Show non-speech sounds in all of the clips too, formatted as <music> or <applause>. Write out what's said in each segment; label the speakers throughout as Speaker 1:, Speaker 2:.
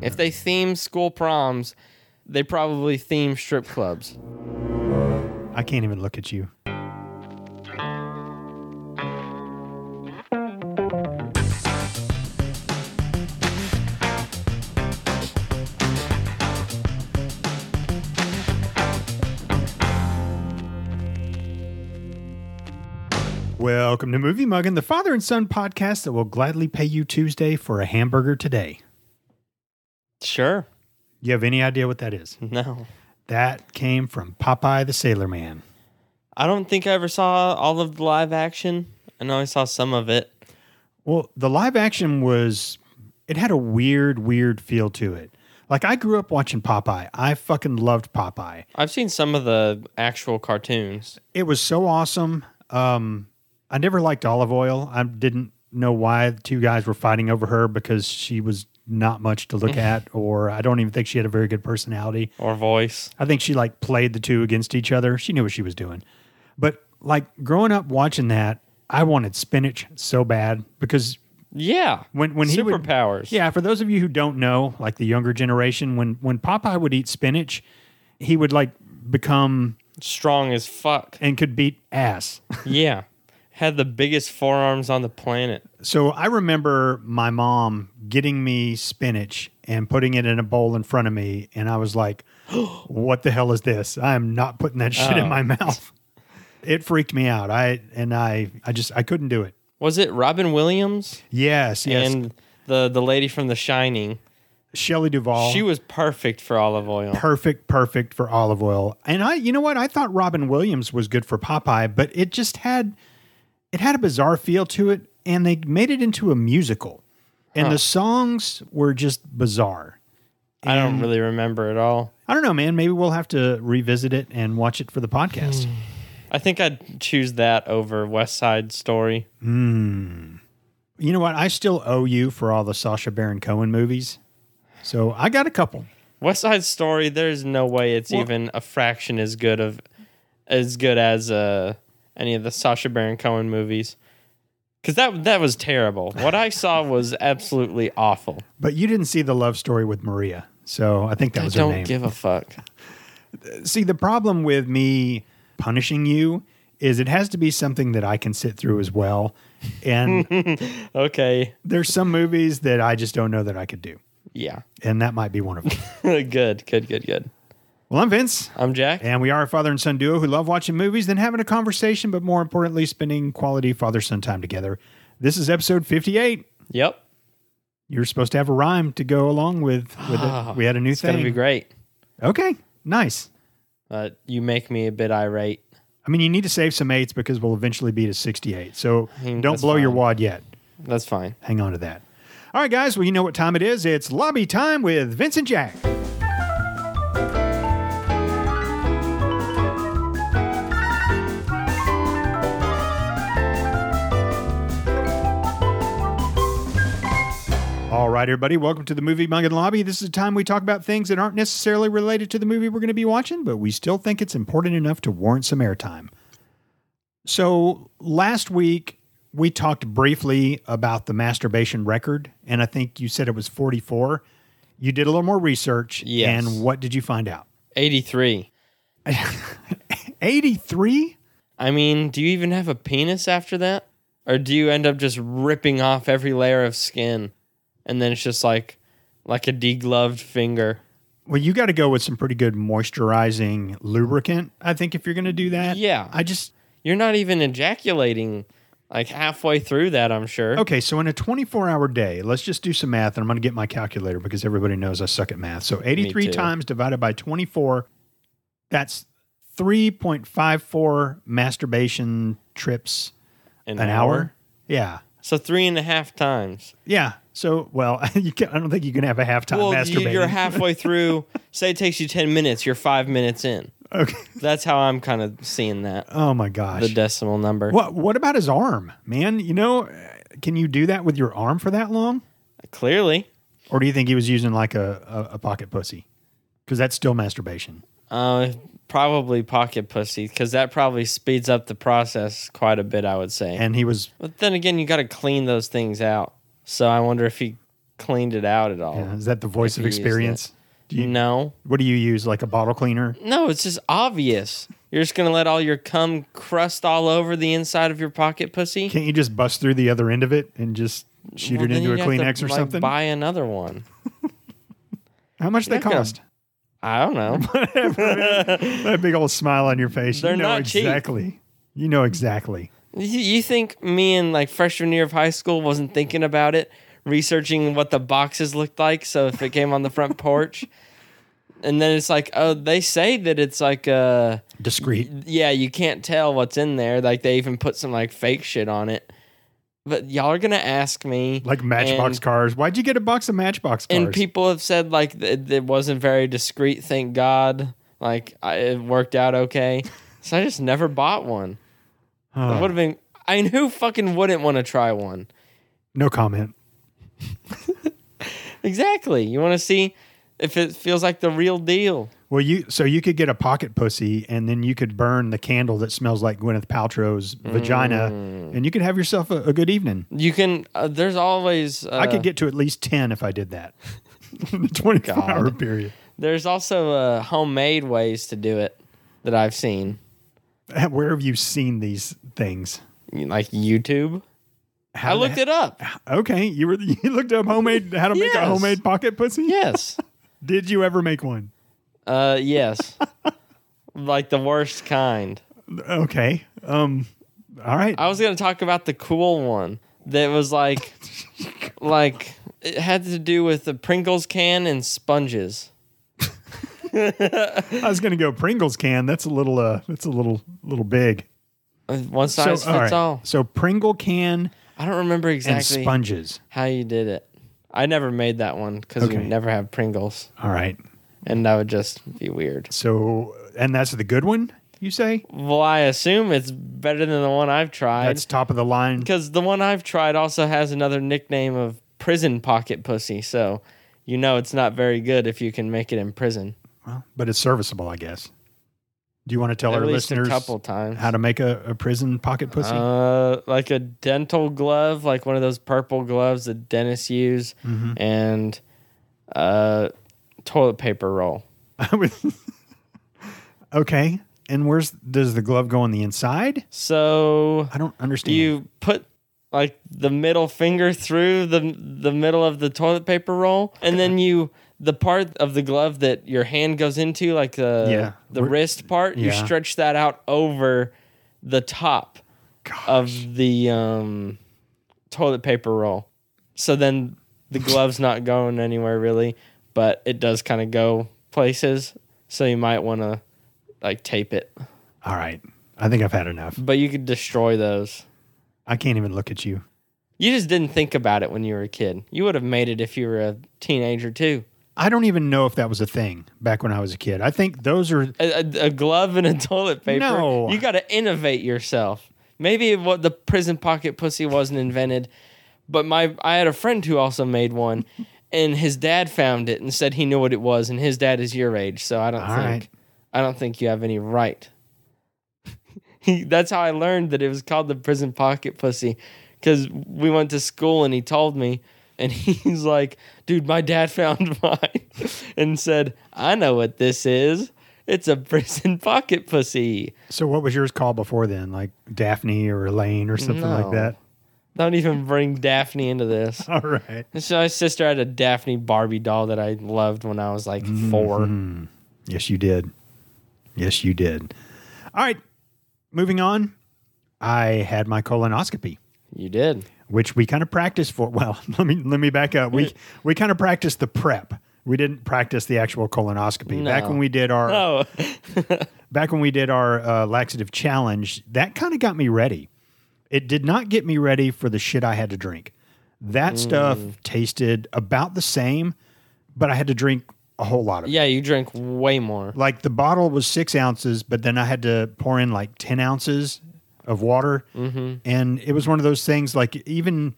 Speaker 1: If they theme school proms, they probably theme strip clubs.
Speaker 2: I can't even look at you. Welcome to Movie Muggin, the father and son podcast that will gladly pay you Tuesday for a hamburger today.
Speaker 1: Sure.
Speaker 2: You have any idea what that is?
Speaker 1: No.
Speaker 2: That came from Popeye the Sailor Man.
Speaker 1: I don't think I ever saw all of the live action. I know I saw some of it.
Speaker 2: Well, the live action was it had a weird, weird feel to it. Like I grew up watching Popeye. I fucking loved Popeye.
Speaker 1: I've seen some of the actual cartoons.
Speaker 2: It was so awesome. Um, I never liked olive oil. I didn't know why the two guys were fighting over her because she was not much to look at, or I don't even think she had a very good personality.
Speaker 1: Or voice.
Speaker 2: I think she like played the two against each other. She knew what she was doing. But like growing up watching that, I wanted spinach so bad because
Speaker 1: Yeah.
Speaker 2: when when he would
Speaker 1: Superpowers.
Speaker 2: yeah, for those of you who don't know, like the younger generation, when when Popeye would eat spinach, he would like become
Speaker 1: Strong as
Speaker 2: <laughs>
Speaker 1: fuck.
Speaker 2: and could beat ass. <laughs>
Speaker 1: Yeah. Had the biggest forearms on the planet.
Speaker 2: So I remember my mom getting me spinach and putting it in a bowl in front of me, and I was like, <gasps> "What the hell is this? I am not putting that shit in
Speaker 1: Oh.
Speaker 2: my <laughs> mouth." It freaked me out. I and I I just I couldn't do it.
Speaker 1: Was it Robin Williams?
Speaker 2: Yes, yes.
Speaker 1: And the, the lady from The Shining.
Speaker 2: Shelley Duvall.
Speaker 1: She was perfect for olive oil.
Speaker 2: perfect, perfect for olive oil. And I, you know what? I thought Robin Williams was good for Popeye, but it just had, it had a bizarre feel to it, and they made it into a musical, and the songs were just bizarre.
Speaker 1: I don't really remember at all.
Speaker 2: I don't know, man. Maybe we'll have to revisit it and watch it for the podcast.
Speaker 1: Hmm. I think I'd choose that over West Side Story.
Speaker 2: You know what? I still owe you for all the Sasha Baron Cohen movies, so I got a couple.
Speaker 1: West Side Story, there's no way it's even a fraction as good of as good as uh, any of the Sasha Baron Cohen movies. Cause that that was terrible. What I saw was absolutely awful.
Speaker 2: But you didn't see the love story with Maria, so I think that
Speaker 1: I
Speaker 2: was her
Speaker 1: don't
Speaker 2: name.
Speaker 1: give a fuck.
Speaker 2: See, the problem with me punishing you is it has to be something that I can sit through as well.
Speaker 1: <laughs>
Speaker 2: And
Speaker 1: Okay.
Speaker 2: there's some movies that I just don't know that I could do.
Speaker 1: Yeah. <laughs>
Speaker 2: And that might be one of them.
Speaker 1: good, good, good, good.
Speaker 2: well, I'm Vince.
Speaker 1: I'm Jack.
Speaker 2: And we are a father and son duo who love watching movies, then having a conversation, but more importantly, spending quality father son time together. This is episode 58.
Speaker 1: Yep.
Speaker 2: You're supposed to have a rhyme to go along with, with
Speaker 1: <sighs>
Speaker 2: it. We had a new
Speaker 1: It's gonna
Speaker 2: thing.
Speaker 1: be great.
Speaker 2: Okay, nice.
Speaker 1: Uh, you make me a bit irate.
Speaker 2: I mean, you need to save some eights because we'll eventually be to 68. So
Speaker 1: mean,
Speaker 2: don't
Speaker 1: that's
Speaker 2: blow your
Speaker 1: fine.
Speaker 2: wad yet.
Speaker 1: That's fine.
Speaker 2: hang on to that. All right, guys. Well, you know what time it is. It's lobby time with Vincent Jack. All right, everybody, welcome to the Movie Muggin Lobby. This is a time we talk about things that aren't necessarily related to the movie we're going to be watching, but we still think it's important enough to warrant some airtime. So last week we talked briefly about the masturbation record, and I think you said it was 44. You did a little more research,
Speaker 1: Yes.
Speaker 2: and what did you find out?
Speaker 1: Eighty three.
Speaker 2: 83?
Speaker 1: I mean, do you even have a penis after that? Or do you end up just ripping off every layer of skin and then it's just like like a degloved finger?
Speaker 2: Well, you got to go with some pretty good moisturizing lubricant, I think, if you're going to do that.
Speaker 1: Yeah.
Speaker 2: I just,
Speaker 1: You're not even ejaculating like halfway through that, I'm sure.
Speaker 2: okay, so in a 24 hour day, let's just do some math, and I'm going to get my calculator because everybody knows I suck at math. So 83
Speaker 1: too.
Speaker 2: times divided by 24, that's 3.54 masturbation trips an hour? Yeah.
Speaker 1: So three and a half times.
Speaker 2: Yeah. So, well, <laughs> you can, I don't think you can have a halftime
Speaker 1: well, you-
Speaker 2: masturbating. <laughs>
Speaker 1: you're halfway through. say it takes you 10 minutes, you're five minutes in.
Speaker 2: okay.
Speaker 1: That's how I'm kind of seeing that,
Speaker 2: Oh my
Speaker 1: the
Speaker 2: gosh.
Speaker 1: decimal number.
Speaker 2: what what about his arm, man? You know, uh, can you do that with your arm for that long?
Speaker 1: Clearly.
Speaker 2: Or do you think he was using like a, a, a pocket pussy? Because that's still masturbation.
Speaker 1: Uh, probably pocket pussy, because that probably speeds up the process quite a bit, I would say.
Speaker 2: And he was
Speaker 1: but then again, you got to clean those things out. So I wonder if he cleaned it out at all.
Speaker 2: Yeah, Is that the voice
Speaker 1: If
Speaker 2: of
Speaker 1: you use that.
Speaker 2: experience? Do you,
Speaker 1: No,
Speaker 2: What do you use? Like a bottle cleaner?
Speaker 1: no, it's just obvious. You're just gonna let all your cum crust all over the inside of your pocket pussy.
Speaker 2: Can't you just bust through the other end of it and just shoot
Speaker 1: Well,
Speaker 2: it
Speaker 1: then
Speaker 2: into a
Speaker 1: you'd have to,
Speaker 2: Kleenex or
Speaker 1: like,
Speaker 2: something?
Speaker 1: Buy another one.
Speaker 2: How much they
Speaker 1: not gonna-
Speaker 2: cost?
Speaker 1: I don't
Speaker 2: <laughs>
Speaker 1: know.
Speaker 2: That big old smile on your face.
Speaker 1: They're
Speaker 2: you know
Speaker 1: not cheap.
Speaker 2: exactly. You know exactly.
Speaker 1: you, you think me in like freshman year of high school wasn't thinking about it, researching what the boxes looked like? So if it came on the front
Speaker 2: <laughs>
Speaker 1: porch, and then it's like, oh, they say that it's like uh
Speaker 2: Discreet.
Speaker 1: yeah, you can't tell what's in there. Like they even put some like fake shit on it. But y'all are gonna ask me
Speaker 2: Like Matchbox
Speaker 1: and,
Speaker 2: cars. Why'd you get a box of Matchbox cars?
Speaker 1: And people have said like th- it wasn't very discreet. Thank God, like I, it worked out
Speaker 2: <laughs>
Speaker 1: okay. so I just never bought one.
Speaker 2: Huh.
Speaker 1: Would have been. I mean, who fucking wouldn't want to try one?
Speaker 2: no comment.
Speaker 1: Exactly. You want to see if it feels like the real deal.
Speaker 2: Well, you so you could get a pocket pussy, and then you could burn the candle that smells like Gwyneth Paltrow's vagina,
Speaker 1: Mm.
Speaker 2: and you could have yourself a, a good evening.
Speaker 1: You can. Uh, there's always. Uh,
Speaker 2: I could get to at least ten if I did that. <laughs> In the twenty-four hour period. <laughs>
Speaker 1: There's also uh, homemade ways to do it that I've seen,
Speaker 2: Where have you seen these things?
Speaker 1: like YouTube.
Speaker 2: How
Speaker 1: I
Speaker 2: did
Speaker 1: looked
Speaker 2: that-
Speaker 1: it
Speaker 2: <laughs>
Speaker 1: up.
Speaker 2: Okay, you were you looked up homemade how to make a
Speaker 1: Yes.
Speaker 2: homemade pocket pussy.
Speaker 1: Yes.
Speaker 2: Did you ever make one?
Speaker 1: Uh, yes. like the worst kind.
Speaker 2: Okay. Um. All right.
Speaker 1: I was gonna talk about the cool one that was like, like it had to do with the Pringles can and sponges.
Speaker 2: I was gonna go Pringles can. That's a little. Uh. That's a little. Little big.
Speaker 1: Uh, One
Speaker 2: So
Speaker 1: size
Speaker 2: all
Speaker 1: fits
Speaker 2: right.
Speaker 1: all.
Speaker 2: So Pringle can
Speaker 1: I don't remember
Speaker 2: and
Speaker 1: exactly
Speaker 2: sponges.
Speaker 1: how you did it. I never made that one because
Speaker 2: Okay.
Speaker 1: we never have Pringles,
Speaker 2: All right.
Speaker 1: and that would just be weird.
Speaker 2: So, and that's the good one, you say?
Speaker 1: Well, I assume it's better than the one I've tried
Speaker 2: That's top of the line.
Speaker 1: because the one I've tried also has another nickname of prison pocket pussy. So you know it's not very good if you can make it in prison.
Speaker 2: Well, but it's serviceable, I guess. Do you want to tell
Speaker 1: At
Speaker 2: our
Speaker 1: least a
Speaker 2: listeners
Speaker 1: couple times.
Speaker 2: how to make a, a prison pocket pussy?
Speaker 1: Uh, like a dental glove, like one of those purple gloves that dentists use,
Speaker 2: Mm-hmm.
Speaker 1: and uh, toilet paper roll.
Speaker 2: <laughs> I would- <laughs> okay. And where's does the glove go on the inside?
Speaker 1: So
Speaker 2: I don't understand.
Speaker 1: you put like the middle finger through the the middle of the toilet paper roll, and then you the part of the glove that your hand goes into, like the
Speaker 2: Yeah.
Speaker 1: the
Speaker 2: We're-
Speaker 1: wrist part, you
Speaker 2: Yeah.
Speaker 1: stretch that out over the top
Speaker 2: Gosh.
Speaker 1: of the um, toilet paper roll. So then
Speaker 2: <laughs>
Speaker 1: the glove's not going anywhere really, but it does kind of go places. So you might want to like tape it,
Speaker 2: All right. I think I've had enough.
Speaker 1: but you could destroy those.
Speaker 2: I can't even look at you.
Speaker 1: You just didn't think about it when you were a kid. You would have made it if you were a teenager too.
Speaker 2: I don't even know if that was a thing back when I was a kid. I think those are
Speaker 1: A, a, a glove and a <laughs> toilet paper.
Speaker 2: No.
Speaker 1: You got to innovate yourself. Maybe what the prison pocket pussy wasn't invented, but my I had a friend who also made
Speaker 2: <laughs>
Speaker 1: one, and his dad found it and said he knew what it was, and his dad is your age, so I don't
Speaker 2: All
Speaker 1: think
Speaker 2: right.
Speaker 1: I don't think you have any right. <laughs> He, that's how I learned that it was called the prison pocket pussy, because we went to school and he told me, and <laughs> he's like, "Dude, my dad found <laughs> mine," and said, "I know what this is. It's a prison <laughs> pocket pussy."
Speaker 2: so. What was yours called before then? Like Daphne or Elaine or something like
Speaker 1: No.
Speaker 2: that? <laughs>
Speaker 1: Don't even bring Daphne into this.
Speaker 2: All right.
Speaker 1: So my sister had a Daphne Barbie doll that I loved when I was like
Speaker 2: Mm-hmm,
Speaker 1: 4
Speaker 2: Yes, you did. Yes, you did. All right. Moving on. I had my colonoscopy,
Speaker 1: You did.
Speaker 2: which we kind of practiced for. <laughs> Well, let me let me back up. We we kind of practiced the prep. We didn't practice the actual colonoscopy. Back
Speaker 1: No.
Speaker 2: when we did our
Speaker 1: Oh,
Speaker 2: back when we did our uh, laxative challenge, that kind of got me ready. It did not get me ready for the shit I had to drink. That stuff tasted about the same, but I had to drink a whole lot of
Speaker 1: <laughs>
Speaker 2: it.
Speaker 1: yeah, you drank way more.
Speaker 2: like the bottle was six ounces, but then I had to pour in like 10 ounces of water.
Speaker 1: Mm-hmm.
Speaker 2: And it was one of those things like even,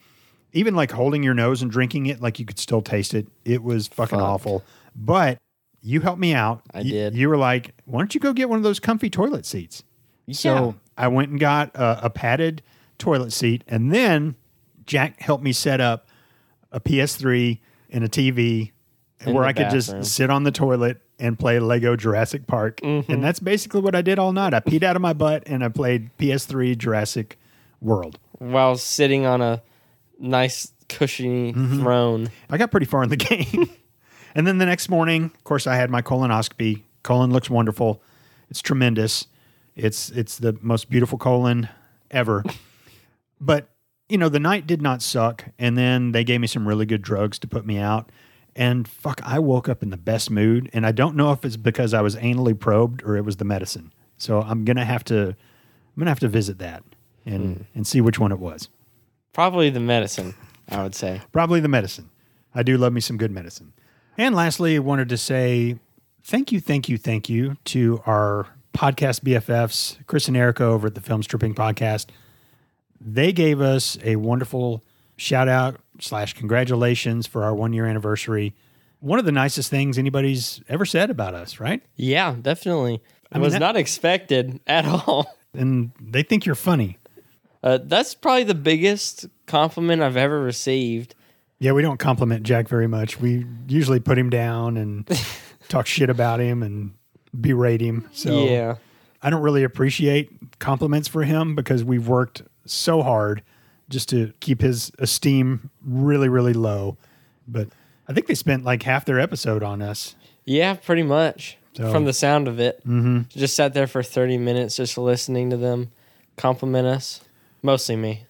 Speaker 2: even like holding your nose and drinking it, like you could still taste it. It was fucking
Speaker 1: Fuck.
Speaker 2: awful. But you helped me out.
Speaker 1: I
Speaker 2: You-
Speaker 1: did.
Speaker 2: You were like, why don't you go get one of those comfy toilet seats?
Speaker 1: Yeah.
Speaker 2: So I went and got a, a padded toilet seat, and then Jack helped me set up a PS3 and a TV
Speaker 1: In
Speaker 2: where
Speaker 1: the
Speaker 2: I could
Speaker 1: bathroom.
Speaker 2: just sit on the toilet and play Lego Jurassic Park.
Speaker 1: Mm-hmm.
Speaker 2: And that's basically what I did all night. I peed out of my butt and I played PS3 Jurassic World.
Speaker 1: while sitting on a nice cushiony
Speaker 2: Mm-hmm.
Speaker 1: throne.
Speaker 2: I got pretty far in the <laughs> game. and then the next morning, of course, I had my colonoscopy. Colon looks wonderful. It's tremendous. It's it's the most beautiful colon ever. but you know, the night did not suck. And then they gave me some really good drugs to put me out. And fuck, I woke up in the best mood. And I don't know if it's because I was anally probed or it was the medicine. So I'm gonna have to I'm gonna have to visit that and and see which one it was.
Speaker 1: Probably the medicine, I would say.
Speaker 2: Probably the medicine. I do love me some good medicine. And lastly, I wanted to say thank you, thank you, thank you to our podcast BFFs, Chris and Erica over at the Film Stripping Podcast. They gave us a wonderful shout out slash congratulations for our one year anniversary. One of the nicest things anybody's ever said about us, right?
Speaker 1: Yeah, definitely. I
Speaker 2: mean,
Speaker 1: was
Speaker 2: that-
Speaker 1: not expected <laughs> at all.
Speaker 2: And they think you're funny.
Speaker 1: Uh, that's probably the biggest compliment I've ever received.
Speaker 2: Yeah, we don't compliment Jack very much. We usually put him down and talk shit about him and berate him. So
Speaker 1: yeah.
Speaker 2: I don't really appreciate compliments for him because we've worked so hard just to keep his esteem really, really low. But I think they spent like half their episode on us.
Speaker 1: Yeah, pretty much.
Speaker 2: So-
Speaker 1: From the sound of it. Mm-hmm. Just sat there for 30 minutes just listening to them compliment us. Mostly
Speaker 2: <laughs>
Speaker 1: me.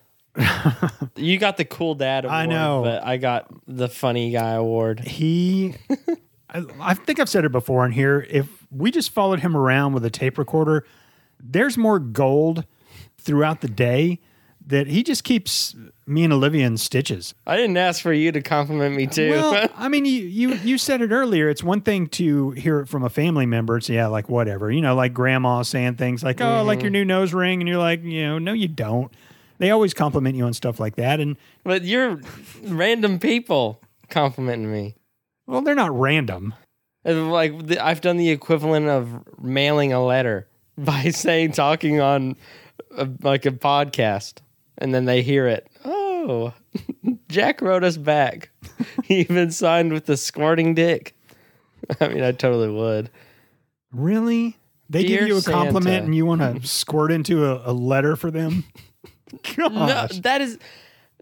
Speaker 1: you got the cool dad award,
Speaker 2: I know.
Speaker 1: but I got the funny guy award.
Speaker 2: He, <laughs> I, I think I've said it before in here. If we just followed him around with a tape recorder, there's more gold throughout the day that he just keeps me and Olivia in stitches.
Speaker 1: I didn't ask for you to compliment me <laughs> too.
Speaker 2: Well, I mean, you, you you said it earlier. It's one thing to hear it from a family member. It's yeah, like whatever, you know, like grandma saying things like, "Oh, I like your
Speaker 1: Mm-hmm.
Speaker 2: new nose ring," and you're like, you know, no, you don't. They always compliment you on stuff like that, and
Speaker 1: but you're random people complimenting me.
Speaker 2: well, they're not random.
Speaker 1: And, Like the, I've done the equivalent of mailing a letter <laughs> by saying talking on a, like a podcast, and then they hear it. Oh, <laughs> Jack wrote us back. <laughs> he even signed with the squirting dick. <laughs> I mean, I totally would.
Speaker 2: Really, they
Speaker 1: Dear
Speaker 2: give you a compliment,
Speaker 1: Santa.
Speaker 2: and you want
Speaker 1: <laughs>
Speaker 2: to squirt into a, a letter for them.
Speaker 1: No,
Speaker 2: Gosh.
Speaker 1: that is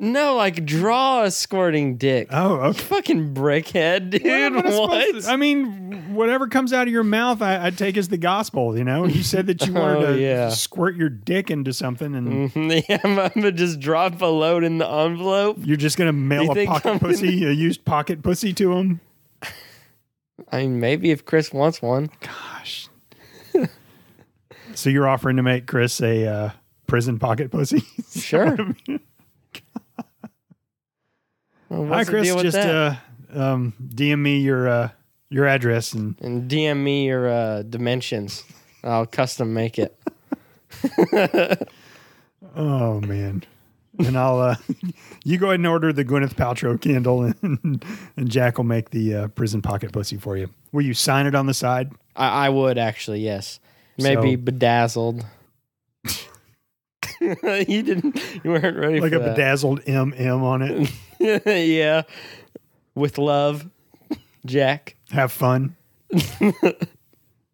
Speaker 1: no like draw a squirting dick.
Speaker 2: Oh, okay.
Speaker 1: Fucking brickhead, dude.
Speaker 2: What am I supposed
Speaker 1: what?
Speaker 2: to- I mean, whatever comes out of your mouth, I, I take as the gospel. You know, you said that you wanted
Speaker 1: <laughs> Oh,
Speaker 2: to
Speaker 1: yeah.
Speaker 2: squirt your dick into something, and
Speaker 1: Mhm, <laughs> yeah, I'm gonna just drop a load in the envelope.
Speaker 2: You're just gonna mail
Speaker 1: You
Speaker 2: a
Speaker 1: think
Speaker 2: pocket
Speaker 1: I'm gonna-
Speaker 2: pussy, a used pocket pussy to him.
Speaker 1: I mean, maybe if Chris wants one.
Speaker 2: Gosh. <laughs> so you're offering to make Chris a uh, prison pocket pussy? <laughs>
Speaker 1: Sure. Well,
Speaker 2: Hi,
Speaker 1: what's the
Speaker 2: Chris.
Speaker 1: deal with
Speaker 2: Just
Speaker 1: that?
Speaker 2: uh, um, DM me your uh, your address and
Speaker 1: and DM me your uh, dimensions. I'll custom make it.
Speaker 2: oh man, and I'll uh, <laughs> you go ahead and order the Gwyneth Paltrow candle, <laughs> and and Jack will make the uh, prison pocket pussy for you. Will you sign it on the side?
Speaker 1: I, I would actually, yes. Maybe
Speaker 2: So-
Speaker 1: bedazzled. <laughs> you didn't. You weren't ready
Speaker 2: Like
Speaker 1: for
Speaker 2: a
Speaker 1: that.
Speaker 2: bedazzled MM on it.
Speaker 1: <laughs> yeah, with love, Jack.
Speaker 2: Have fun.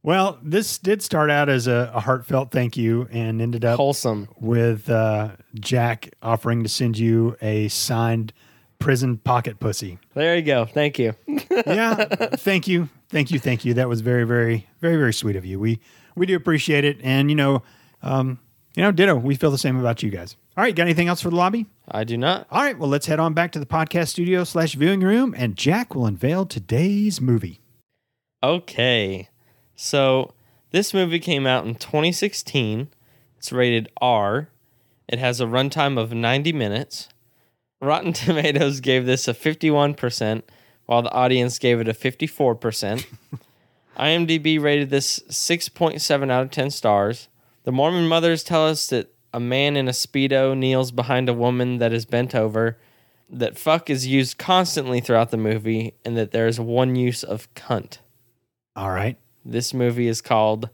Speaker 2: well, this did start out as a, a heartfelt thank you and ended up
Speaker 1: Wholesome.
Speaker 2: with uh, Jack offering to send you a signed prison pocket pussy.
Speaker 1: There you go. Thank you.
Speaker 2: yeah. Thank you. Thank you. Thank you. That was very, very, very, very sweet of you. We we do appreciate it. And you know, um, you know, ditto. We feel the same about you guys. All right, got anything else for the lobby?
Speaker 1: I do not.
Speaker 2: All right, well, let's head on back to the podcast studio slash viewing room, and Jack will unveil today's movie.
Speaker 1: Okay. So this movie came out in 2016. It's rated R. It has a runtime of 90 minutes. Rotten <laughs> Tomatoes gave this a 51%, while the audience gave it a 54%. IMDb rated this 6.7 out of 10 stars. The Mormon mothers tell us that a man in a Speedo kneels behind a woman that is bent over, that fuck is used constantly throughout the movie, and that there is one use of cunt.
Speaker 2: All right.
Speaker 1: This movie is called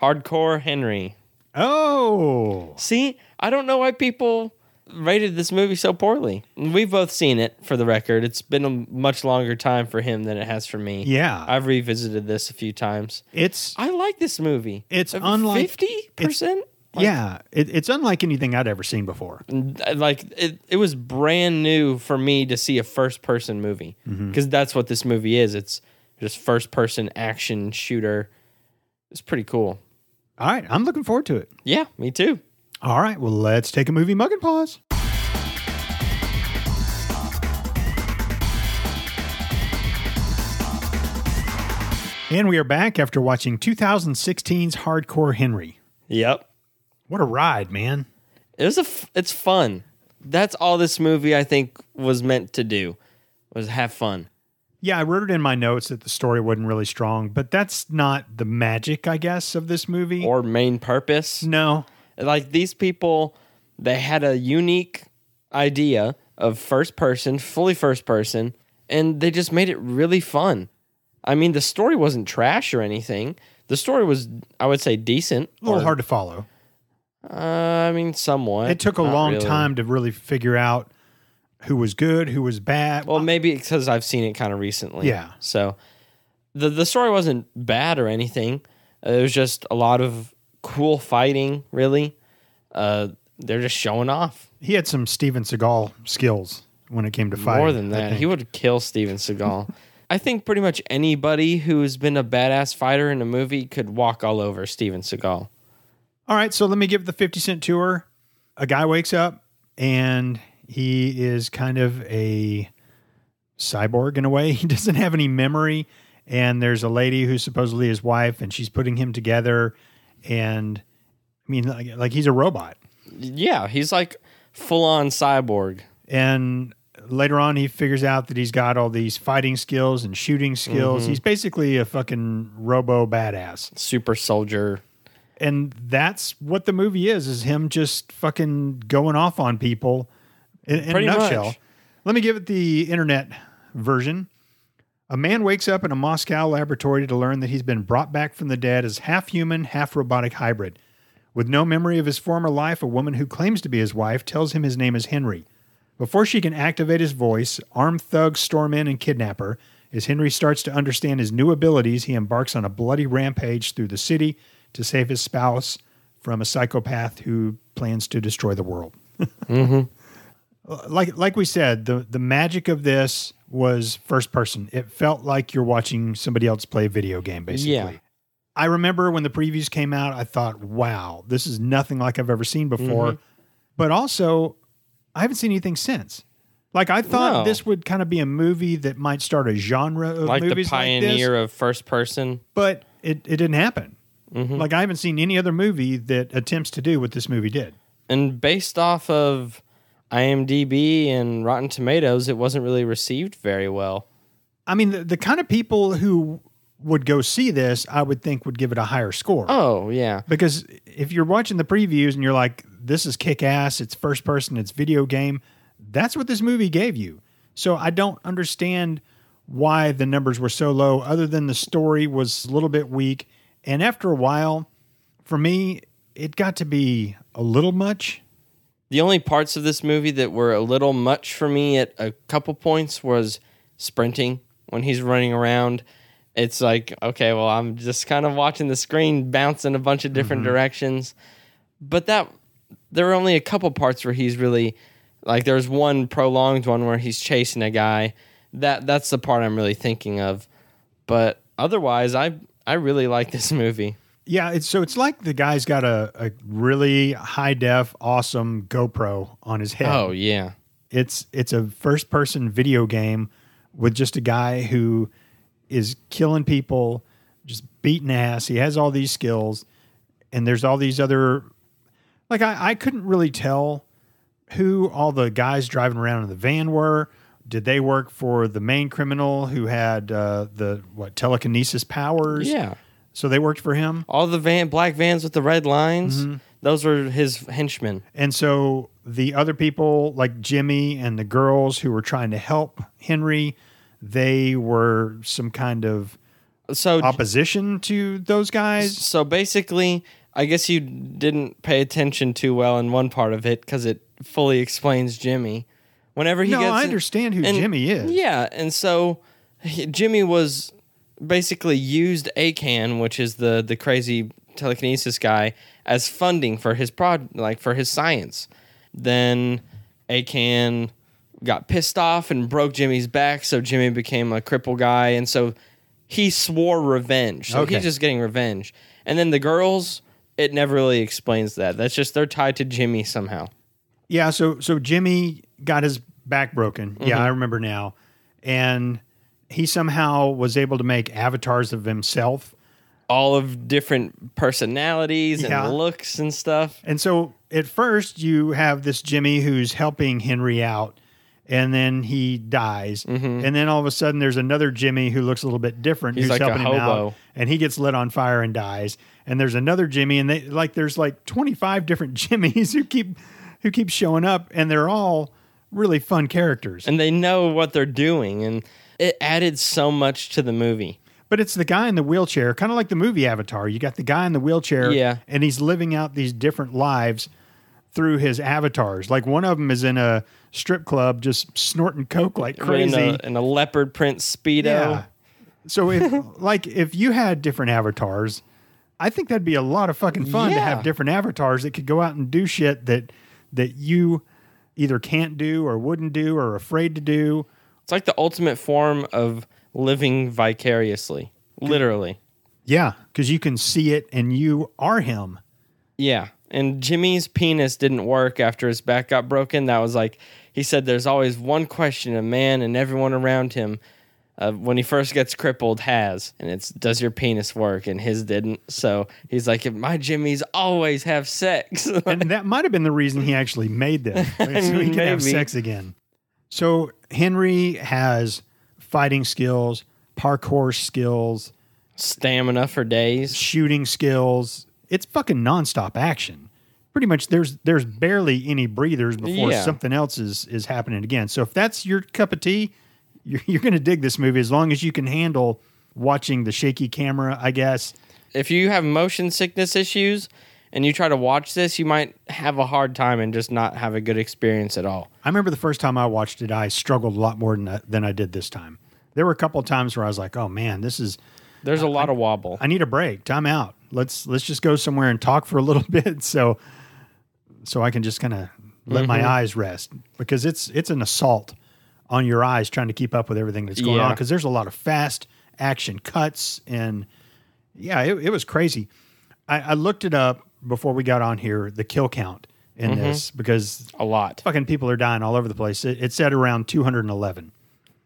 Speaker 1: Hardcore Henry.
Speaker 2: Oh.
Speaker 1: See, I don't know why people rated this movie so poorly. We've both seen it for the record. It's been a much longer time for him than it has for me.
Speaker 2: Yeah.
Speaker 1: I've revisited this a few times.
Speaker 2: it's
Speaker 1: I like this movie.
Speaker 2: It's unlike-
Speaker 1: fifty percent.
Speaker 2: yeah, it, it's unlike anything I'd ever seen before.
Speaker 1: Like it, it was brand new for me to see a first person movie
Speaker 2: Mm-hmm.
Speaker 1: because that's what this movie is. It's just first person action shooter. It's pretty cool.
Speaker 2: All right, I'm looking forward to it.
Speaker 1: Yeah, me too.
Speaker 2: All right, well, let's take a movie mug and pause. And we are back after watching 2016's Hardcore Henry.
Speaker 1: Yep.
Speaker 2: What a ride, man.
Speaker 1: It was a. F- it's fun. That's all this movie I think was meant to do, was have fun.
Speaker 2: Yeah, I wrote it in my notes that the story wasn't really strong, but that's not the magic, I guess, of this movie.
Speaker 1: or main purpose.
Speaker 2: no.
Speaker 1: Like these people, they had a unique idea of first person, fully first person, and they just made it really fun. I mean, the story wasn't trash or anything. The story was, I would say, decent.
Speaker 2: A little
Speaker 1: or-
Speaker 2: hard to follow.
Speaker 1: Uh, I mean, somewhat.
Speaker 2: It took a
Speaker 1: Not
Speaker 2: long
Speaker 1: really.
Speaker 2: time to really figure out who was good, who was bad.
Speaker 1: Well, maybe because I've seen it kind of recently.
Speaker 2: Uh, Yeah.
Speaker 1: So the the story wasn't bad or anything. Uh, It was just a lot of cool fighting, really. Uh, they're just showing off.
Speaker 2: he had some Steven Seagal skills when it came to fighting.
Speaker 1: More than
Speaker 2: I
Speaker 1: that,
Speaker 2: think.
Speaker 1: he would kill Steven
Speaker 2: <laughs>
Speaker 1: Seagal. I think pretty much anybody who's been a badass fighter in a movie could walk all over Steven Seagal.
Speaker 2: All right, so let me give the 50 Cent tour. A guy wakes up and he is kind of a cyborg in a way. <laughs> He doesn't have any memory. And there's a lady who's supposedly his wife and she's putting him together. And I mean, like, like he's a robot.
Speaker 1: Yeah, he's like full on cyborg.
Speaker 2: And later on, he figures out that he's got all these fighting skills and shooting skills.
Speaker 1: Mm-hmm.
Speaker 2: He's basically a fucking robo badass.
Speaker 1: super soldier.
Speaker 2: and that's what the movie is is him just fucking going off on people in, in a
Speaker 1: Pretty much.
Speaker 2: nutshell let me give it the internet version a man wakes up in a moscow laboratory to learn that he's been brought back from the dead as half human half robotic hybrid with no memory of his former life a woman who claims to be his wife tells him his name is henry before she can activate his voice, armed thugs storm in and kidnap her. As Henry starts to understand his new abilities, he embarks on a bloody rampage through the city to save his spouse from a psychopath who plans to destroy the world. Like like we said, the the magic of this was first person. It felt like you're watching somebody else play a video game, basically.
Speaker 1: Yeah.
Speaker 2: I remember when the previews came out, I thought, wow, this is nothing like I've ever seen before.
Speaker 1: Mm-hmm.
Speaker 2: But also, I haven't seen anything since. Like I thought
Speaker 1: No.
Speaker 2: this would kind of be a movie that might start a genre of
Speaker 1: Like the
Speaker 2: movies like this,
Speaker 1: pioneer of first person.
Speaker 2: but it, it didn't happen.
Speaker 1: Mm-hmm.
Speaker 2: Like I haven't seen any other movie that attempts to do what this movie did.
Speaker 1: And based off of IMDb and Rotten Tomatoes, it wasn't really received very well.
Speaker 2: I mean, the, the kind of people who would go see this, I would think would give it a higher score.
Speaker 1: Oh, yeah.
Speaker 2: Because if you're watching the previews and you're like, this is kick ass, it's first person, it's video game, that's what this movie gave you. So I don't understand why the numbers were so low, other than the story was a little bit weak. And after a while, for me, it got to be a little much.
Speaker 1: The only parts of this movie that were a little much for me at a couple points was sprinting when he's running around. It's like, okay, well, I'm just kind of watching the screen bounce in a bunch of different directions. But that there were only a couple parts where he's really like there's one prolonged one where he's chasing a guy. That that's the part I'm really thinking of. But otherwise, I I really like this movie.
Speaker 2: Yeah, it's so it's like the guy's got a, a really high def, awesome GoPro on his head.
Speaker 1: Oh, yeah.
Speaker 2: It's it's a first person video game with just a guy who is killing people, just beating ass. He has all these skills, and there's all these other like I, I couldn't really tell who all the guys driving around in the van were. Did they work for the main criminal who had uh, the what telekinesis powers?
Speaker 1: Yeah.
Speaker 2: So they worked for him.
Speaker 1: All the van black vans with the red lines,
Speaker 2: Mm-hmm.
Speaker 1: those were his henchmen.
Speaker 2: And so the other people, like Jimmy and the girls who were trying to help Henry, they were some kind of
Speaker 1: So
Speaker 2: opposition to those guys.
Speaker 1: so basically, I guess you didn't pay attention too well in one part of it cuz it fully explains Jimmy. Whenever he
Speaker 2: no,
Speaker 1: gets
Speaker 2: I
Speaker 1: in-
Speaker 2: understand who
Speaker 1: and-
Speaker 2: Jimmy is.
Speaker 1: Yeah, and so he- Jimmy was basically used Acan, which is the the crazy telekinesis guy, as funding for his prod, like for his science. Then Acan got pissed off and broke Jimmy's back, so Jimmy became a cripple guy, and so he swore revenge. So
Speaker 2: Okay.
Speaker 1: he's just getting revenge. And then the girls, it never really explains that. That's just they're tied to Jimmy somehow.
Speaker 2: Yeah, so so Jimmy got his back broken.
Speaker 1: Mm-hmm.
Speaker 2: Yeah, I remember now. And he somehow was able to make avatars of himself.
Speaker 1: All of different personalities and
Speaker 2: Yeah.
Speaker 1: looks and stuff.
Speaker 2: And so at first you have this Jimmy who's helping Henry out and then he dies. And then all of a sudden there's another Jimmy who looks a little bit different
Speaker 1: Mm-hmm. He's
Speaker 2: who's
Speaker 1: like a
Speaker 2: helping him
Speaker 1: hobo.
Speaker 2: out and he gets lit on fire and dies. And there's another Jimmy and they like there's like 25 different <laughs> Jimmys who keep who keep showing up and they're all really fun characters.
Speaker 1: and they know what they're doing and it added so much to the movie
Speaker 2: But it's the guy in the wheelchair, kind of like the movie Avatar. You got the guy in the wheelchair,
Speaker 1: Yeah.
Speaker 2: and he's living out these different lives through his avatars. Like one of them is in a strip club, just snorting coke like crazy.
Speaker 1: in a, uh, in a leopard print speedo
Speaker 2: yeah. So if
Speaker 1: <laughs>
Speaker 2: like if you had different avatars, I think that'd be a lot of fucking fun to
Speaker 1: Yeah.
Speaker 2: have different avatars that could go out and do shit that that you either can't do or wouldn't do or afraid to do.
Speaker 1: it's like the ultimate form of living vicariously literally
Speaker 2: Yeah, because you can see it and you are him.
Speaker 1: yeah and jimmy's penis didn't work after his back got broken that was like he said there's always one question a man and everyone around him uh, when he first gets crippled has and it's does your penis work and his didn't so he's like my jimmy's always have sex <laughs>
Speaker 2: and that might have been the reason he actually made this, so he
Speaker 1: mean,
Speaker 2: could have
Speaker 1: maybe.
Speaker 2: sex again. So Henry has fighting skills, parkour skills,
Speaker 1: stamina for days
Speaker 2: shooting skills. It's fucking nonstop action. Pretty much, there's there's barely any breathers before
Speaker 1: Yeah.
Speaker 2: something else is is happening again. So if that's your cup of tea, you're, you're going to dig this movie as long as you can handle watching the shaky camera, I guess.
Speaker 1: if you have motion sickness issues and you try to watch this, you might have a hard time and just not have a good experience at all.
Speaker 2: I remember the first time I watched it, I struggled a lot more than I, than I did this time. There were a couple of times where I was like, "Oh man, this is
Speaker 1: There's a lot of wobble.
Speaker 2: I need a break. Time out. Let's let's just go somewhere and talk for a little <laughs> bit so so I can just kind of let my eyes rest because it's it's an assault on your eyes trying to keep up with everything that's going on
Speaker 1: Yeah.
Speaker 2: because there's a lot of fast action cuts and yeah, it, it was crazy. I, I looked it up before we got on here the kill count in this because
Speaker 1: A lot.
Speaker 2: fucking people are dying all over the place. It, it said around 211.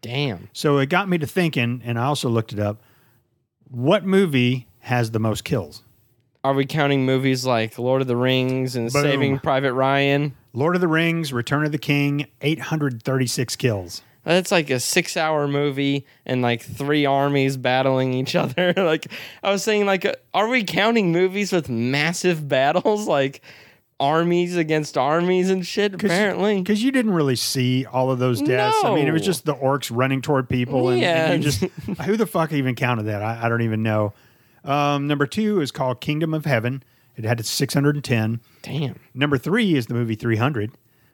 Speaker 1: Damn.
Speaker 2: So it got me to thinking, and I also looked it up. What movie has the most kills?
Speaker 1: Are we counting movies like Lord of the Rings and
Speaker 2: Boom.
Speaker 1: Saving Private Ryan?
Speaker 2: Lord of the Rings, Return of the King, 836 kills.
Speaker 1: That's like a six hour movie and like three armies battling each <laughs> other. like, I was saying, like, uh, are we counting movies with massive battles? Like, armies against armies and shit? Apparently.
Speaker 2: Because you didn't really see all of those deaths. I mean, it was
Speaker 1: No.
Speaker 2: just the orcs running toward people. And, and you
Speaker 1: Yeah. <laughs>
Speaker 2: just, who the fuck even counted that? I, I don't even know. Um, number two is called Kingdom of Heaven. It had 610.
Speaker 1: Damn.
Speaker 2: Number three is the movie 300,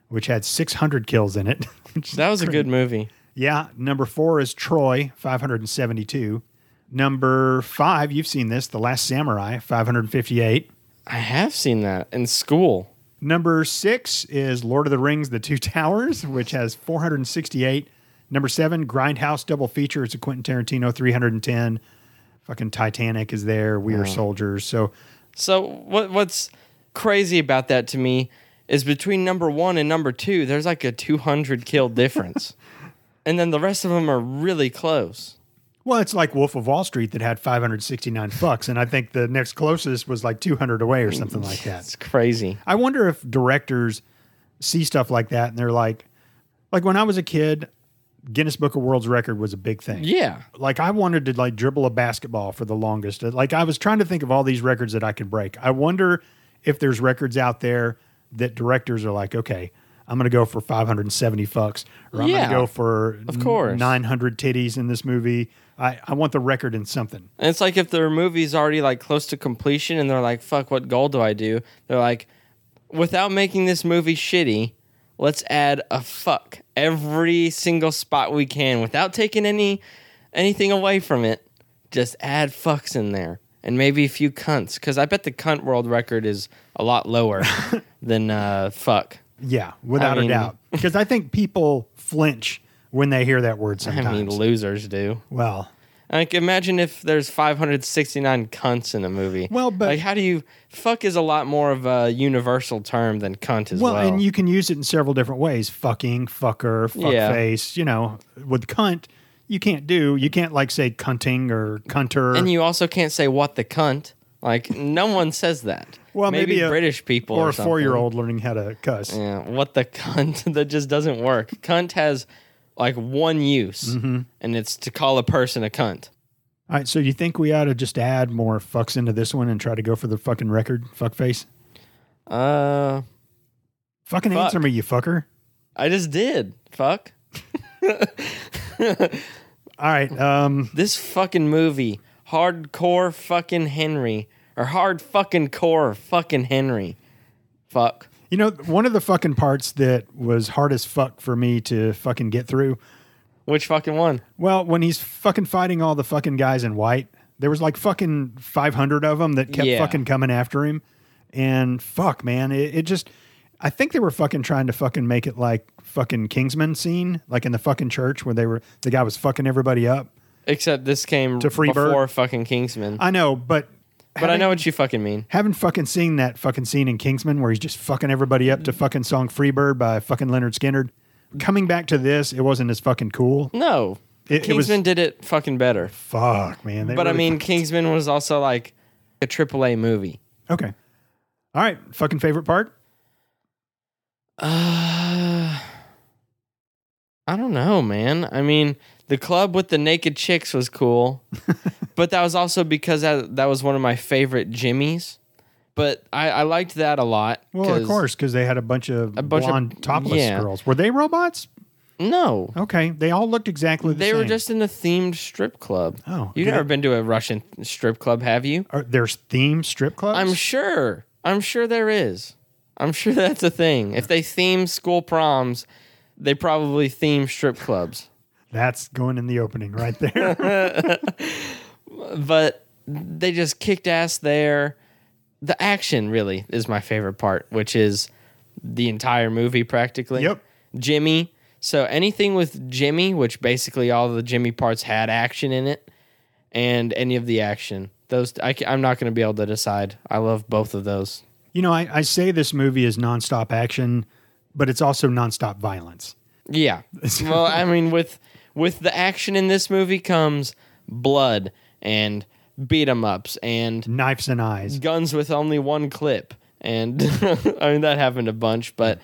Speaker 2: which had 600 kills in it. <laughs>
Speaker 1: That was a good movie.
Speaker 2: Yeah. Number four is Troy, 572. Number five, you've seen this, The Last Samurai, 558.
Speaker 1: I have seen that in school.
Speaker 2: Number six is Lord of the Rings, The Two <laughs> Towers, which has 468. Number seven, Grindhouse Double Feature. It's a Quentin Tarantino, 310. Fucking Titanic is there. We are soldiers. So
Speaker 1: So what what's crazy about that to me is between number 1 and number 2 there's like a 200 kill difference. and then the rest of them are really close.
Speaker 2: Well, it's like Wolf of Wall Street that had 569 fucks, and I think the next closest was like 200 away or something like that.
Speaker 1: It's crazy.
Speaker 2: I wonder if directors see stuff like that and they're like, like when I was a kid, Guinness Book of World's Record was a big thing.
Speaker 1: Yeah.
Speaker 2: Like I wanted to like dribble a basketball for the longest. Uh, Like I was trying to think of all these records that I could break. I wonder if there's records out there that directors are like, okay, I'm going to go for 570 fucks, or I'm going
Speaker 1: Yeah.
Speaker 2: to go for
Speaker 1: Of course.
Speaker 2: 900 titties in this movie. I, I want the record in something.
Speaker 1: And it's like if their movie's already like close to completion and they're like fuck what goal do I do? They're like without making this movie shitty, let's add a fuck every single spot we can without taking any anything away from it. Just add fucks in there and maybe a few cunts because I bet the cunt world record is a lot lower than uh, fuck.
Speaker 2: Yeah, without
Speaker 1: mean-
Speaker 2: a doubt. Because I think people flinch when they hear that
Speaker 1: <laughs>
Speaker 2: word
Speaker 1: I
Speaker 2: sometimes.
Speaker 1: mean, losers do.
Speaker 2: well,
Speaker 1: Like, imagine if there's 569 cunts in a movie.
Speaker 2: Well, but-
Speaker 1: like, how do you? Fuck is a lot more of a universal term than cunt as well.
Speaker 2: well, and you can use it in several different ways: fucking, fucker,
Speaker 1: Yeah.
Speaker 2: fuckface. You know, with cunt, you can't do. You can't like say cunting or cunter.
Speaker 1: And you also can't say what the cunt. Like, no one says that.
Speaker 2: Well, maybe a-
Speaker 1: British people
Speaker 2: or,
Speaker 1: or,
Speaker 2: a
Speaker 1: something.
Speaker 2: four-year-old learning how to cuss.
Speaker 1: Yeah, what the cunt? <laughs> that just doesn't work. Cunt has like one use,
Speaker 2: Mm-hmm.
Speaker 1: and it's to call a person a cunt.
Speaker 2: All right, so you think we ought to just add more fucks into this one and try to go for the fucking record, fuckface?
Speaker 1: Uh,
Speaker 2: Fucking
Speaker 1: Fuck.
Speaker 2: answer me, you fucker.
Speaker 1: I just did. Fuck.
Speaker 2: All right, um,
Speaker 1: this fucking movie, hardcore fucking Henry, or hard fucking core fucking Henry. Fuck.
Speaker 2: you know, one of the fucking parts that was hard as fuck for me to fucking get through
Speaker 1: Which fucking one?
Speaker 2: Well, when he's fucking fighting all the fucking guys in white, there was like fucking 500 of them that kept
Speaker 1: Yeah.
Speaker 2: fucking coming after him. And fuck, man, it, it just, I think they were fucking trying to fucking make it like fucking Kingsman scene, like in the fucking church where they were, the guy was fucking everybody up.
Speaker 1: Except this came
Speaker 2: To Freebird?
Speaker 1: before fucking Kingsman.
Speaker 2: I know, but.
Speaker 1: but I know what you fucking mean.
Speaker 2: Haven't fucking seen that fucking scene in Kingsman where he's just fucking everybody
Speaker 1: Mm.
Speaker 2: up to fucking song Freebird by fucking Leonard Skinner. Coming back to this, it wasn't as fucking cool.
Speaker 1: No.
Speaker 2: It- it was-
Speaker 1: Kingsman did it fucking better.
Speaker 2: Fuck, man. they
Speaker 1: But I
Speaker 2: really
Speaker 1: mean, Kingsman was also like a triple A movie.
Speaker 2: Okay. All right. Fucking favorite part?
Speaker 1: Uh, I don't know, man. I mean, the club with the naked chicks was
Speaker 2: <laughs>
Speaker 1: cool, but that was also because that, that was one of my favorite Jimmys. But I, I liked that a lot.
Speaker 2: Well, of
Speaker 1: 'cause-
Speaker 2: course, because they had a bunch of
Speaker 1: bunch of-
Speaker 2: blonde topless
Speaker 1: yeah.
Speaker 2: girls. Were they robots?
Speaker 1: No,
Speaker 2: Okay. They all looked exactly the
Speaker 1: they
Speaker 2: same.
Speaker 1: were just in a themed strip club.
Speaker 2: Oh,
Speaker 1: you've
Speaker 2: did
Speaker 1: never
Speaker 2: I-
Speaker 1: been to a Russian strip club, have you?
Speaker 2: Are, there's theme strip clubs?
Speaker 1: I'm sure. I'm sure there is. I'm sure <laughs> that's a thing. If they theme school proms, they probably theme strip clubs.
Speaker 2: That's going in the
Speaker 1: <laughs>
Speaker 2: opening right there.
Speaker 1: but they just kicked ass there. The action really is my favorite part, which is the entire movie practically.
Speaker 2: Yep.
Speaker 1: Jimmy. So anything with Jimmy, which basically all the Jimmy parts had action in it, and any of the action. Those I, ca- I'm not going to be able to decide. I love both of those.
Speaker 2: you know, I, I say this movie is nonstop action, but it's also nonstop violence.
Speaker 1: Yeah. well, I mean, with with the action in this movie comes blood and beat 'em ups and
Speaker 2: Knives and eyes.
Speaker 1: guns with only one clip. And <laughs> I mean, that happened a bunch, but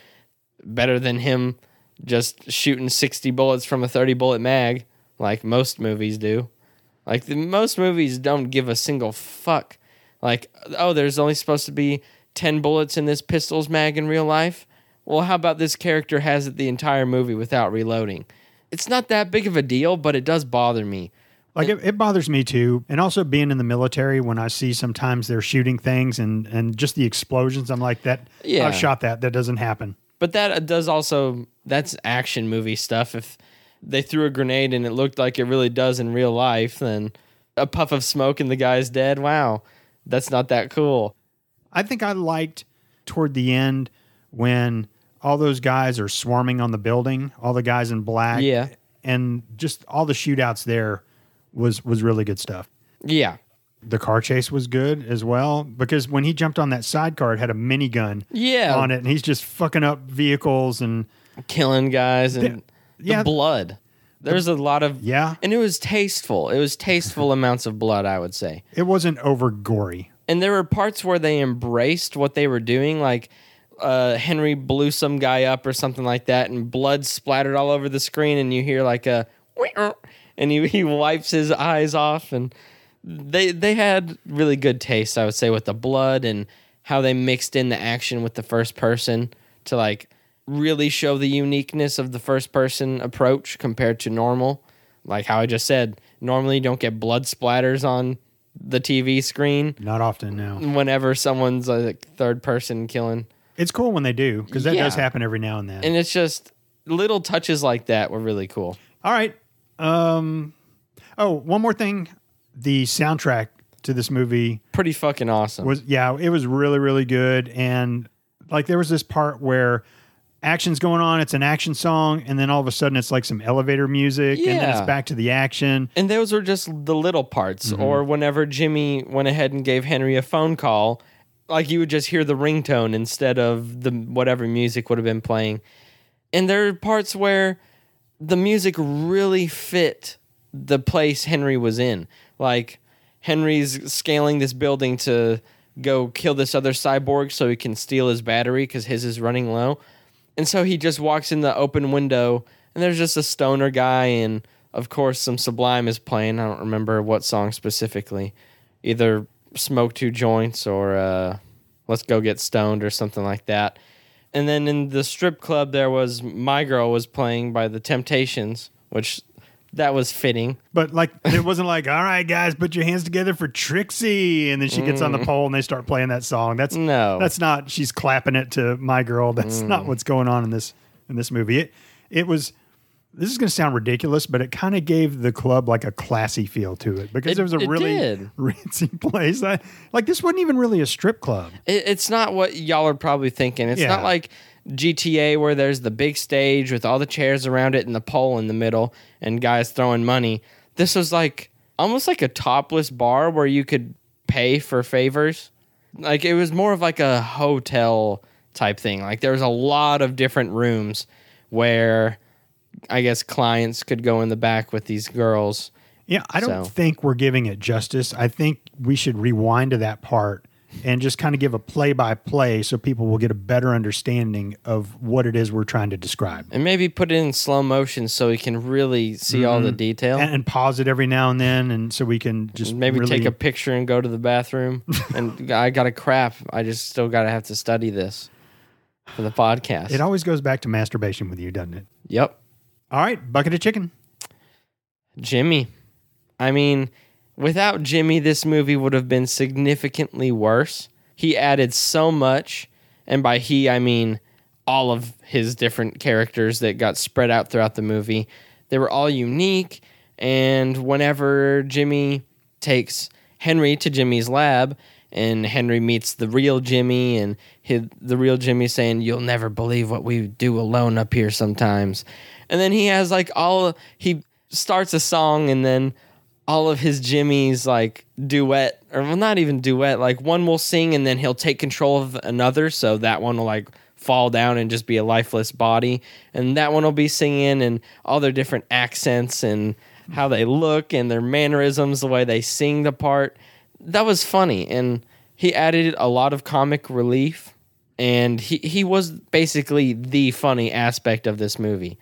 Speaker 1: better than him just shooting 60 bullets from a 30 bullet mag like most movies do. Like, the, most movies don't give a single fuck. Like, oh, there's only supposed to be 10 bullets in this pistol's mag in real life. Well, how about this character has it the entire movie without reloading? It's not that big of a deal, but it does bother me.
Speaker 2: Like it, it bothers me too. And also being in the military, when I see sometimes they're shooting things and, and just the explosions, I'm like, that,
Speaker 1: Yeah.
Speaker 2: I've shot that. That doesn't happen.
Speaker 1: But that uh, does also that's action movie stuff. If they threw a grenade and it looked like it really does in real life, then a puff of smoke and the guy's dead. Wow, that's not that cool.
Speaker 2: I think I liked toward the end when all those guys are swarming on the building, all the guys in black.
Speaker 1: Yeah.
Speaker 2: And just all the shootouts there was was really good stuff.
Speaker 1: Yeah,
Speaker 2: The car chase was good as well because when he jumped on that sidecar, it had a minigun
Speaker 1: Yeah.
Speaker 2: on it, and he's just fucking up vehicles and
Speaker 1: killing guys and the,
Speaker 2: yeah.
Speaker 1: blood. There's a lot of
Speaker 2: Yeah.
Speaker 1: and it was tasteful. It was tasteful <laughs> amounts of blood, I would say.
Speaker 2: it wasn't over gory.
Speaker 1: and there were parts where they embraced what they were doing like uh, henry blew some guy up or something like that and blood splattered all over the screen and you hear like a <laughs> and he, he wipes his eyes off and they they had really good taste i would say with the blood and how they mixed in the action with the first person to like really show the uniqueness of the first person approach compared to normal like how i just said normally you don't get blood splatters on the tv screen
Speaker 2: Not often now.
Speaker 1: whenever someone's like third uh, person killing.
Speaker 2: It's cool when they do because that
Speaker 1: Yeah.
Speaker 2: does happen every now and then.
Speaker 1: And it's just little touches like that were really cool.
Speaker 2: All right. Um, oh, one more thing. The soundtrack to this movie
Speaker 1: Pretty fucking awesome.
Speaker 2: was yeah, it was really really good and like there was this part where action's going on, it's an action song and then all of a sudden it's like some elevator music and then it's
Speaker 1: Yeah.
Speaker 2: back to the action.
Speaker 1: and those were just the little parts. Or whenever Jimmy went ahead and gave Henry a phone call, like you would just hear the ringtone instead of the whatever music would have been playing. And there are parts where the music really fit the place Henry was in. Like Henry's scaling this building to go kill this other cyborg so he can steal his battery because his is running low. And so he just walks in the open window, and there's just a stoner guy, and of course, some Sublime is playing. I don't remember what song specifically, either Smoke Two Joints or uh, Let's Go Get Stoned or something like that. And then in the strip club, there was My Girl was playing by The Temptations, which that was fitting.
Speaker 2: But like it wasn't like, "All right guys, put your hands together for Trixie." And then she gets on the pole and they start playing that song. That's
Speaker 1: Mm. No. Mm.
Speaker 2: That's not she's clapping it to my girl. That's not what's going on in this in this movie. It it was this is going to sound ridiculous, but it kind of gave the club like a classy feel to it because
Speaker 1: It-
Speaker 2: it, was a
Speaker 1: it
Speaker 2: really <laughs>
Speaker 1: did.
Speaker 2: ritzy place. I, like this wasn't even really a strip club.
Speaker 1: It, it's not what y'all are probably thinking. It's
Speaker 2: Yeah.
Speaker 1: not like GTA where there's the big stage with all the chairs around it and the pole in the middle and guys throwing money. This was like almost like a topless bar where you could pay for favors. Like it was more of like a hotel type thing. Like there was a lot of different rooms where I guess clients could go in the back with these girls.
Speaker 2: Yeah, I don't
Speaker 1: So-
Speaker 2: think we're giving it justice. I think we should rewind to that part and just kind of give a play by play so people will get a better understanding of what it is we're trying to describe.
Speaker 1: And maybe put it in slow motion so you can really see all the detail.
Speaker 2: And, and pause it every now and then, and so we can just
Speaker 1: Maybe
Speaker 2: really-
Speaker 1: take a picture and go to the
Speaker 2: <laughs>
Speaker 1: bathroom. and I got a crap. I just still got to have to study this for the podcast.
Speaker 2: It always goes back to masturbation with you, doesn't it?
Speaker 1: yep.
Speaker 2: All right, bucket of chicken.
Speaker 1: Jimmy. I mean, without Jimmy, this movie would have been significantly worse. He added so much, and by he, I mean all of his different characters that got spread out throughout the movie. They were all unique, and whenever Jimmy takes Henry to Jimmy's lab, and Henry meets the real Jimmy, and hi the real Jimmy saying, "You'll never believe what we do alone up here sometimes," and then he has like all he starts a song, and then all of his Jimmy's like duet, or well, not even duet. Like one will sing, and then he'll take control of another, so that one will like fall down and just be a lifeless body, and that one will be singing, and all their different accents and how they look and their mannerisms, the way they sing the part. That was funny, and he added a lot of comic relief, and he he was basically the funny aspect of this movie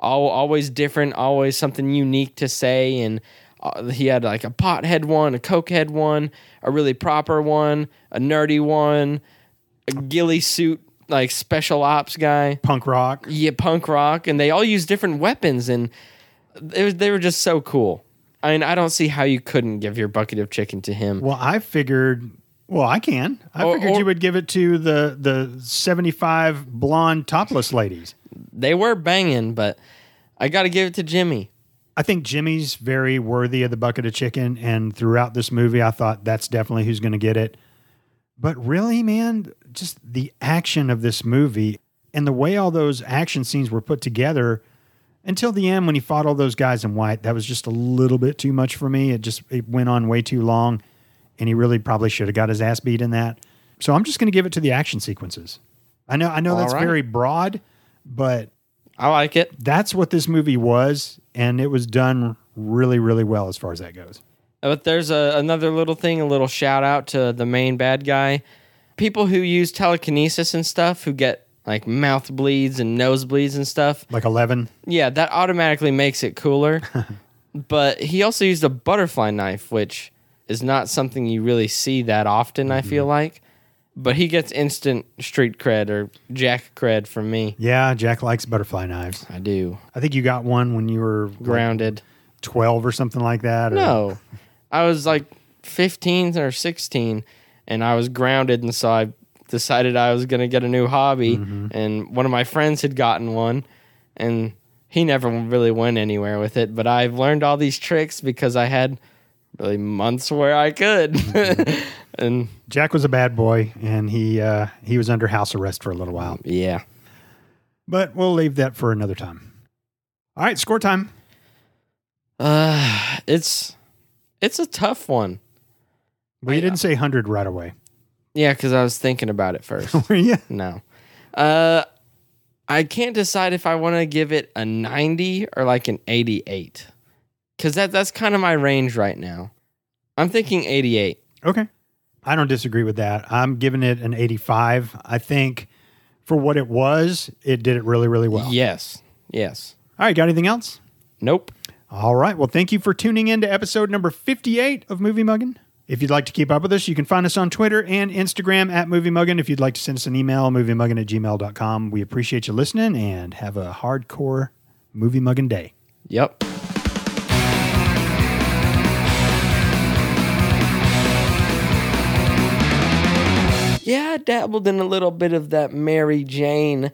Speaker 1: all, always different, always something unique to say. And uh, he had like a pothead one, a cokehead one, a really proper one, a nerdy one, a ghillie suit, like special ops guy,
Speaker 2: Punk rock.
Speaker 1: yeah, punk rock, and they all use different weapons, and it was, they were just so cool. I mean, I don't see how you couldn't give your bucket of chicken to him.
Speaker 2: Well, I figured. Well, I can. I
Speaker 1: Or-
Speaker 2: figured
Speaker 1: Oh, or-
Speaker 2: you would give it to the the seventy five blonde topless ladies.
Speaker 1: They were banging, but I got to give it to Jimmy.
Speaker 2: I think Jimmy's very worthy of the bucket of chicken, and throughout this movie, I thought that's definitely who's going to get it. But really, man, just the action of this movie and the way all those action scenes were put together until the end when he fought all those guys in white, that was just a little bit too much for me. It just it went on way too long, and he really probably should have got his ass beat in that. So I'm just going to give it to the action sequences. I know, I know
Speaker 1: All
Speaker 2: that's
Speaker 1: right.
Speaker 2: very broad, but
Speaker 1: I like it.
Speaker 2: that's what this movie was, and it was done really, really well as far as that goes.
Speaker 1: Uh, But there's a, another little thing, a little shout out to the main bad guy. People who use telekinesis and stuff, who get like mouth bleeds and nosebleeds and stuff.
Speaker 2: Like eleven.
Speaker 1: Yeah, that automatically makes it cooler. but he also used a butterfly knife, which is not something you really see that often, I feel like. But he gets instant street cred or jack cred from me.
Speaker 2: Yeah, Jack likes butterfly knives.
Speaker 1: I do.
Speaker 2: I think you got one when you were like,
Speaker 1: Grounded.
Speaker 2: twelve or something like that. Or,
Speaker 1: No, I was like 15 or 16, and I was grounded, and so I decided I was going to get a new hobby, and one of my friends had gotten one, and he never really went anywhere with it. But I've learned all these tricks because I had really months where I could, <laughs> and
Speaker 2: Jack was a bad boy, and he uh, he was under house arrest for a little while.
Speaker 1: yeah, <sighs>
Speaker 2: But we'll leave that for another time. All right, score time.
Speaker 1: uh, it's it's a tough one.
Speaker 2: Well, you didn't say hundred right away, <laughs>
Speaker 1: Yeah, because I was thinking about it first.
Speaker 2: were you?
Speaker 1: No. Uh I can't decide if I want to give it a 90 or like an 88. Cuz that that's kind of my range right now. I'm thinking 88.
Speaker 2: Okay. I don't disagree with that. I'm giving it an 85. I think for what it was, it did it really, really well.
Speaker 1: Yes. Yes.
Speaker 2: All right, got anything else?
Speaker 1: Nope.
Speaker 2: All right. Well, thank you for tuning in to episode number 58 of Movie Muggin. If you'd like to keep up with us, you can find us on Twitter and Instagram at Movie Muggin. If you'd like to send us an email, moviemuggin at gmail.com. We appreciate you listening and have a hardcore Movie Muggin day.
Speaker 1: Yep. Yeah, I dabbled in a little bit of that Mary Jane